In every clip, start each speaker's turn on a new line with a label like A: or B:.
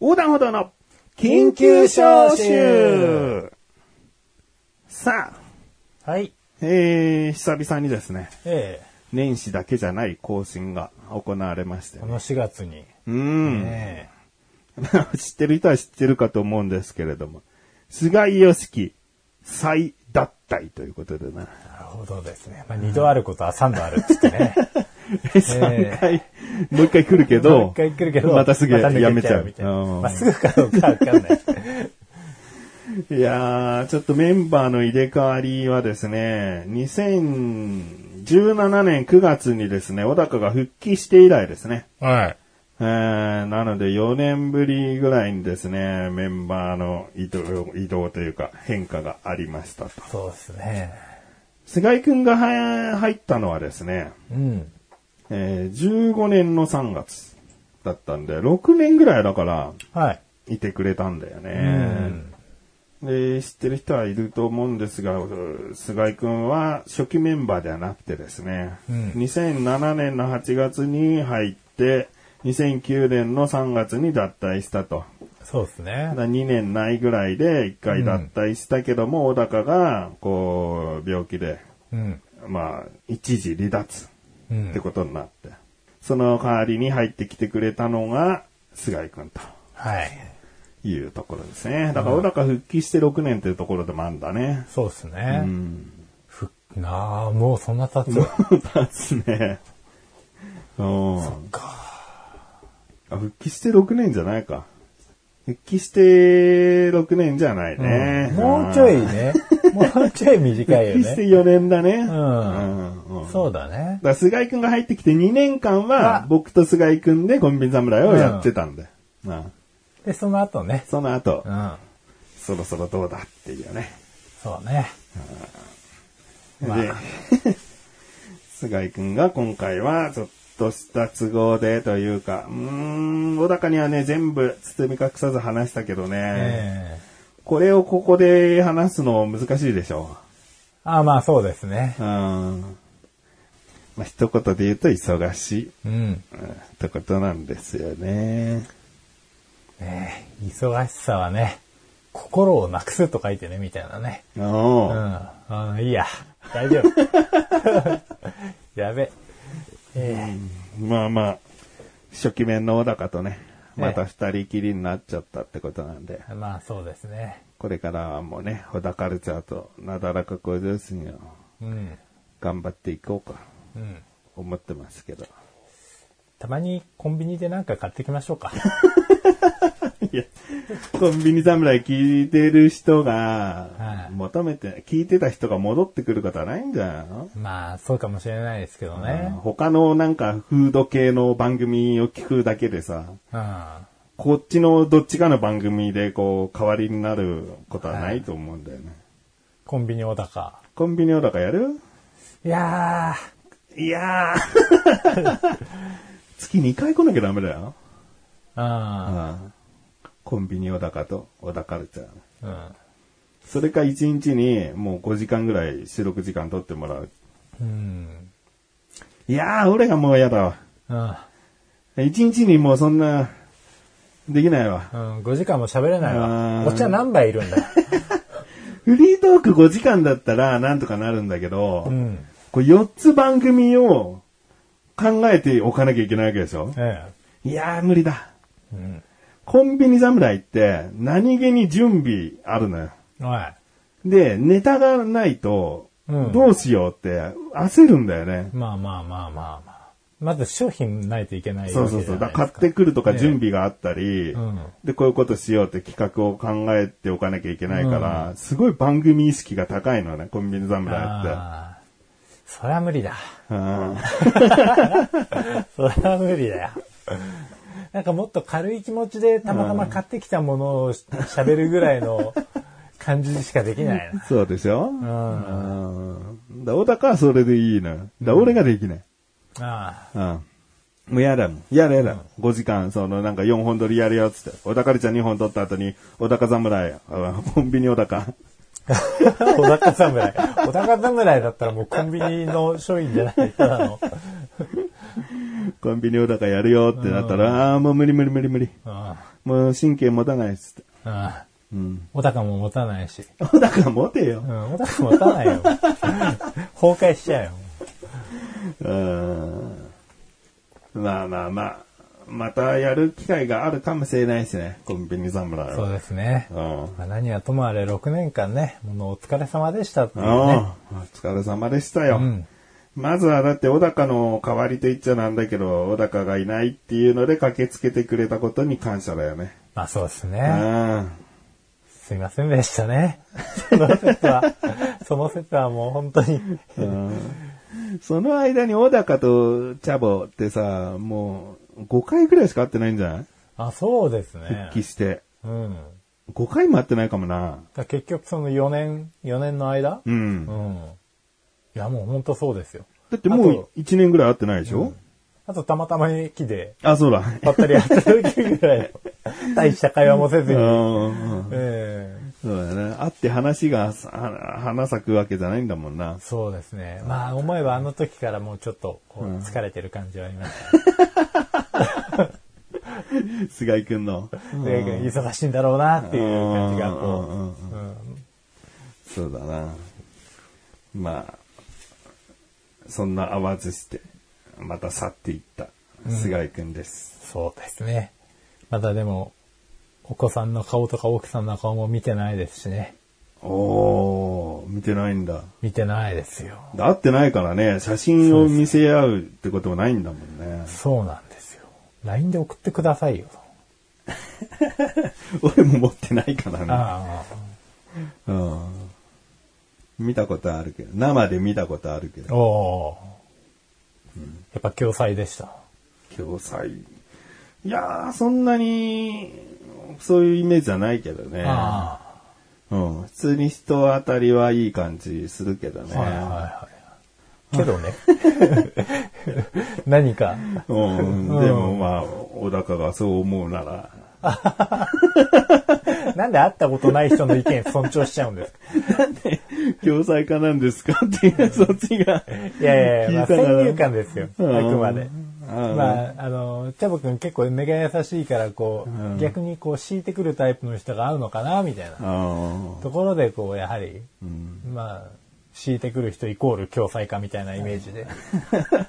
A: 横断歩道の緊
B: 緊
A: 急
B: 急
A: 招
B: 招
A: 集
B: 集
A: さあ、
B: はい。
A: えー、久々にですね、
B: え
A: 年始だけじゃない更新が行われまして
B: え。この4月に。
A: うん。
B: え
A: 知ってる人は知ってるかと思うんですけれども、菅井良樹再脱退ということでね。
B: え。なるほどですね。まあ、2度あることは3度あるっつってね。
A: 3回、もう一回来る けど、
B: もう一回来るけど、
A: またすぐ
B: 抜け
A: やめちゃう。
B: みたいな。
A: うん
B: まあ、すぐかどうかわかんない。
A: いやー、ちょっとメンバーの入れ替わりはですね、2017年9月にですね、小高が復帰して以来ですね。
B: はい。
A: えー、なので4年ぶりぐらいにですね、メンバーの移動移動というか変化がありましたと。
B: そうですね。
A: 菅井くんがは入ったのはですね、
B: うん。
A: えー15年の3月だったんで、6年ぐらいだから、
B: はい。
A: いてくれたんだよね。
B: ん
A: で、知ってる人はいると思うんですが、う菅井くんは初期メンバーではなくてですね、
B: うん
A: 2007年の8月に入って、2009年の3月に脱退したと。
B: そうですね
A: た。だ2年ないぐらいで1回脱退したけども、小高が、こう、病気で、
B: うん。
A: まあ、一時離脱
B: う
A: って
B: ん。
A: ことになって、その代わりに入ってきてくれたのが、菅井くんと。
B: はい。
A: いうところですね。だから、小高復帰して6年というところでもあるんだね。
B: そうです
A: う
B: ね。
A: ん。
B: ふっなあ、もうそんな経つ。
A: だっすね。うん。あ、復帰して6年じゃないか。復帰して6年じゃないね。
B: うんもうちょい
A: ん
B: ね。もうちょい短いよ
A: 復帰して
B: ね。
A: 4年だね。
B: ん
A: うん。うん
B: そうだね
A: だ。から菅井くんが入ってきて2年間は
B: あ、
A: 僕と菅井くんでコンビニ侍をやってたんで。うん
B: で、その後ね。
A: その後
B: う、ん。
A: そろそろどうだっていうね。
B: そうね。まあ
A: で、 菅井くんが今回はちょっとした都合でというか、うーん、小高にはね、全部包み隠さず話したけどね、
B: ええ
A: これをここで話すの難しいでしょ
B: あまあそうですね。
A: う。うん。まあ、一言で言うと忙しい、
B: うん。
A: うんってことなんですよね。
B: ねえ忙しさはね、心をなくすと書いてね、みたいなね。
A: お
B: うん。
A: う
B: あいいや。大丈夫。 やべ。え
A: まあまあ、初期面の小高とね、
B: ね
A: また二人きりになっちゃったってことなんで。
B: えまあそうですね。
A: これからはもうね、ホダカルチャーとなだらか向上心を
B: うん。
A: 頑張っていこうか、
B: うん。
A: 思ってますけど。
B: たまにコンビニでなんか買ってきましょうか。
A: いや、コンビニ侍聞いてる人が
B: は、い
A: 求めて、聞いてた人が戻ってくることはないんじゃないの、
B: まあそうかもしれないですけどね。
A: 他のなんかフード系の番組を聞くだけでさ、
B: うん。
A: こっちのどっちかの番組でこう代わりになることはないと思うんだよね。
B: コンビニお高。
A: コンビニをだからやる
B: いや
A: いやー 月2回来なきゃダメだよ。
B: ー。
A: うんコンビニ小高と小高ルチャー。
B: うん。うん。
A: それか1日にもう5時間ぐらい収録時間取ってもらう。
B: うん。
A: いやー、俺がもう嫌だわ。
B: うん。
A: 1日にもうそんな、できないわ。
B: うん、5時間も喋れない
A: あー
B: わ。こっちは何杯いるんだよ。
A: フリートーク5時間だったらなんとかなるんだけど、
B: うん。
A: こう4つ番組を考えておかなきゃいけないわけでしょ
B: え
A: いやー、無理だ。
B: え。うん。
A: コンビニ侍って何気に準備あるのよ。
B: おい。
A: で、ネタがないと、
B: うん
A: どうしようって焦るんだよね。
B: まあまあまあまあまあ。まず商品ないといけない
A: そ
B: わ
A: う
B: けじ
A: そ
B: ゃ
A: う
B: ないで
A: そ
B: すか。
A: う。だから買ってくるとか
B: ね
A: 準備があったり、
B: うん
A: で、こういうことしようって企画を考えておかなきゃいけないから、すごい番組意識が高いのね、コンビニ侍って。
B: ああ。そりゃ無理だ。
A: うん
B: そりゃ無理だよ。なんかもっと軽い気持ちでたまたま買ってきたものを喋るぐらいの感じしかできない な。
A: そうでしょ
B: うん。あ
A: うん。だ、小高はそれでいいのよ。だ、俺ができない。
B: あ。
A: うん。もうやだもん。やだやだ。5時間、そのなんか4本撮りやるよっつって。小高りちゃん2本撮った後に、小高侍、あコンビニ小高。
B: 小高侍。小高侍だったらもうコンビニの商品じゃない、ただの。
A: コンビニお高やるよってなったら、ああ、もう無理無理無理無理。
B: あ
A: もう神経持たないっつって。
B: あああ
A: うん。
B: お高も持たないし。
A: お 高持て
B: う
A: よ。
B: ん、お高持たないよ。 崩壊しちゃうよ。
A: うん。まあまあまあ。またやる機会があるかもしれないですね。コンビニ侍は。
B: そうですね。
A: うん。
B: まあ、何はともあれ6年間ね、ものお疲れ様でしたっていうね。
A: ああ、お疲れ様でしたよ。
B: うん
A: まずはだって小高の代わりと言っちゃなんだけど、小高がいないっていうので駆けつけてくれたことに感謝だよね。
B: まあそうです
A: う
B: ね。
A: ん。
B: すいませんでしたね。その説は、 その説はもう本当に。
A: その間に小高とチャボってさ、もう5回くらいしか会ってないんじゃない
B: あ、そうですね
A: 復。帰して。
B: うん。
A: 5回も会ってないかもな。
B: だから結局その4年、4年の間
A: う。
B: うん
A: だ
B: ん。いやもう本当そうですよ。
A: っても
B: あ
A: う
B: と
A: 1年ぐらい会ってないでしょ、
B: あとたまたま駅で、
A: あ、そうだ。
B: ばったり会った時ぐらい の、大した会話もせず
A: う
B: に。
A: ん うんうん。
B: え え
A: そうだね。会って話が、は花咲くわけじゃないんだもんな。
B: そうですね。まあ思えばあの時からもうちょっとこう疲れてる感じはあります。
A: 菅井くんの。
B: で忙しいんだろうなっていう感じが
A: うんうん
B: こ
A: うん
B: う、うん
A: そうだな。まあ、そんな会わずして、また去っていった菅井くんです。
B: そうですね。まだでも、お子さんの顔とか奥さんの顔も見てないですしね。
A: おー、見てないんだ。
B: 見てないですよ。
A: 会ってないからね、写真を見せ合うってこともないんだもんね。
B: そうなんですよ。LINE で送ってくださいよ。
A: 俺も持ってないからね。
B: あ
A: うん見たことあるけど、生で見たことあるけ
B: あ、
A: ど、
B: おーやっぱ共済でした。
A: 共済。いやー、そんなに、そういうイメージじゃないけどね。
B: あ
A: うん。普通に人当たりはいい感じするけどね。
B: あ、はいはいはい。けど ね。何か。
A: うん。でもまあ、小高がそう思うなら、
B: なんで会ったことない人の意見尊重しちゃうんですか
A: 共済化なんですかっていう、そっちが。
B: いやいやいや、まあ、
A: 聞いた
B: 先
A: から
B: 入観ですよ。あくまで。
A: うん
B: まあ、あの、チャボくん結構目が優しいから、こう、逆にこう、敷いてくるタイプの人が合うのかな、みたいな。
A: あ
B: ところで、こう、やはり、
A: ん
B: まあ、敷いてくる人イコール共済化みたいなイメージで。
A: ー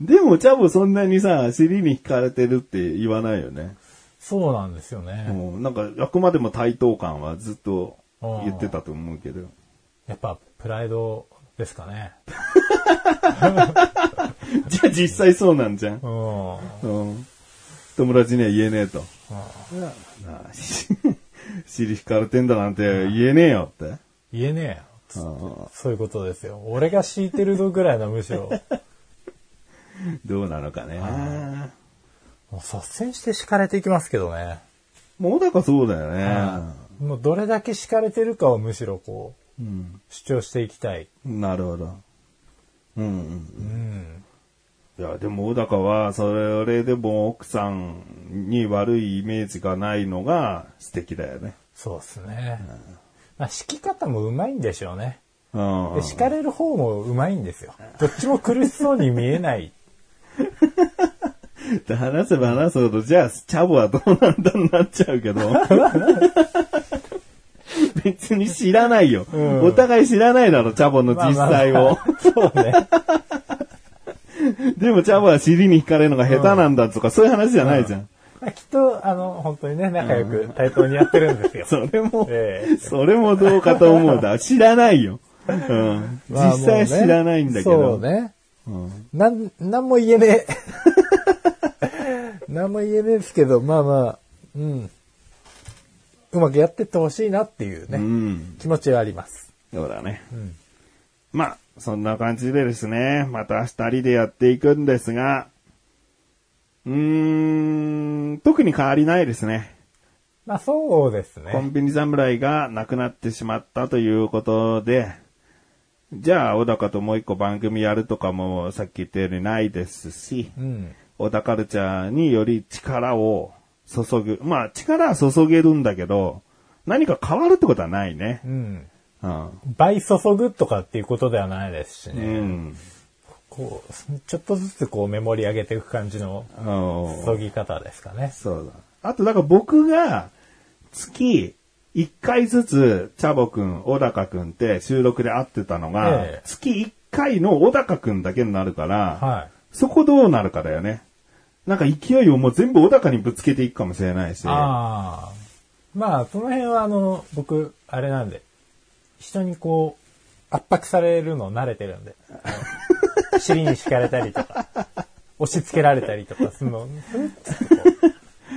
A: でも、チャボそんなにさ、尻に引かれてるって言わないよね。
B: そうなんですよ
A: う
B: ね。
A: ん。なんか、あくまでも対等感はずっと言ってたと思うけど。
B: やっぱ、プライドですかね。
A: じゃあ実際そうなんじゃん。
B: うん。うん
A: うん。友達には言えねえと。なあ 尻引かれてんだなんて言えねえよって。
B: 言えねえよ。
A: うん
B: そういうことですよ。俺が敷いてるぞぐらいのむし ろ、
A: どうなのかね。
B: もう率先して敷かれていきますけどね。
A: もうだからそうだよね。
B: もうどれだけ敷かれてるかをむしろこう、主張していきたい。
A: なるほど。うんうん。
B: うん。
A: いや、でも小高は、それでも奥さんに悪いイメージがないのが素敵だよね。
B: そうですね。まあ、敷き方もうまいんでしょうね。
A: うん
B: で、敷かれる方もうまいんですよ。どっちも苦しそうに見 えない。
A: で話せば話すほど、じゃあ、チャボはどうなんだになっちゃうけど。 別に知らないよ、お互い知らないだろ、チャボの実際を。
B: そうね。
A: でもチャボは尻に引かれるのが下手なんだとか、そういう話じゃないじゃん。
B: まあ、きっと、あの、本当にね、仲良く対等にやってるんですよ。
A: それも、
B: ええ
A: それもどうかと思うだ。知らないよ。 うん。実
B: まあ
A: 際は知らないんだけ
B: も
A: ど。
B: うねそうね。なん、なんも言え ねえ。なんも言えねえですけど、まあまあ、うん。うまくやってってほしいなっていうね、
A: うん。
B: 気持ちはあります。
A: そうだね。
B: ん
A: まあ、そんな感じでですね、また二人でやっていくんですが、うーん、特に変わりないですね。
B: まあそうですね。
A: コンビニ侍がなくなってしまったということで、じゃあ、小高ともう一個番組やるとかもさっき言ったようにないですし、
B: うん。
A: 小田カルチャーにより力を注ぐ。まあ、力は注げるんだけど、何か変わるってことはないね
B: う。ん。
A: うん。
B: 倍注ぐとかっていうことではないですし
A: う
B: ね。
A: ん。
B: こう、ちょっとずつこうメモり上げていく感じの
A: うん
B: 注ぎ方ですかね。
A: そうだ。あと、だから僕が、月、1回ずつ、チャボくん、小高くんって収録で会ってたのが、
B: ええ
A: 月1回の小高くんだけになるから、
B: は
A: そこどうなるかだよね。なんか勢いをもう全部小高にぶつけていくかもしれないし
B: い。、ああ。まあ、その辺はあの、僕、あれなんで、人にこう、圧迫されるの慣れてるんで、あの尻に敷かれたりとか、押し付けられたりとかするの、ふっつってこう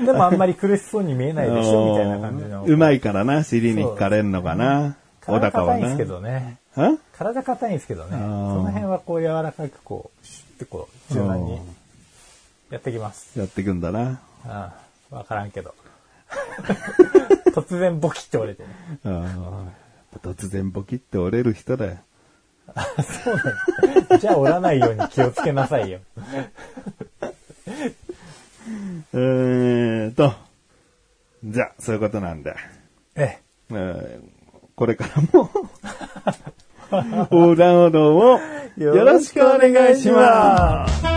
B: でもあんまり苦しそうに見えないでしょ、みたいな感じの。
A: うまいからな、尻に惹かれんのかな、小
B: 体
A: 高
B: 硬
A: はい
B: んです
A: な
B: け。どね。
A: ん
B: 体硬いんですけどね。そ
A: あー
B: の辺はこう柔らかくこう、シュッてこう、柔軟にやってきます。
A: やっていくんだな。
B: ああ、わからんけど。 突然ボキって折れてね。
A: あー突然ボキって折れる人だよ。
B: そうなん だ。じゃあ折らないように気をつけなさいよ。
A: えーと、じゃあ、そういうことなんで。
B: え
A: えーこれからも、横断歩道をよろしくお願いします。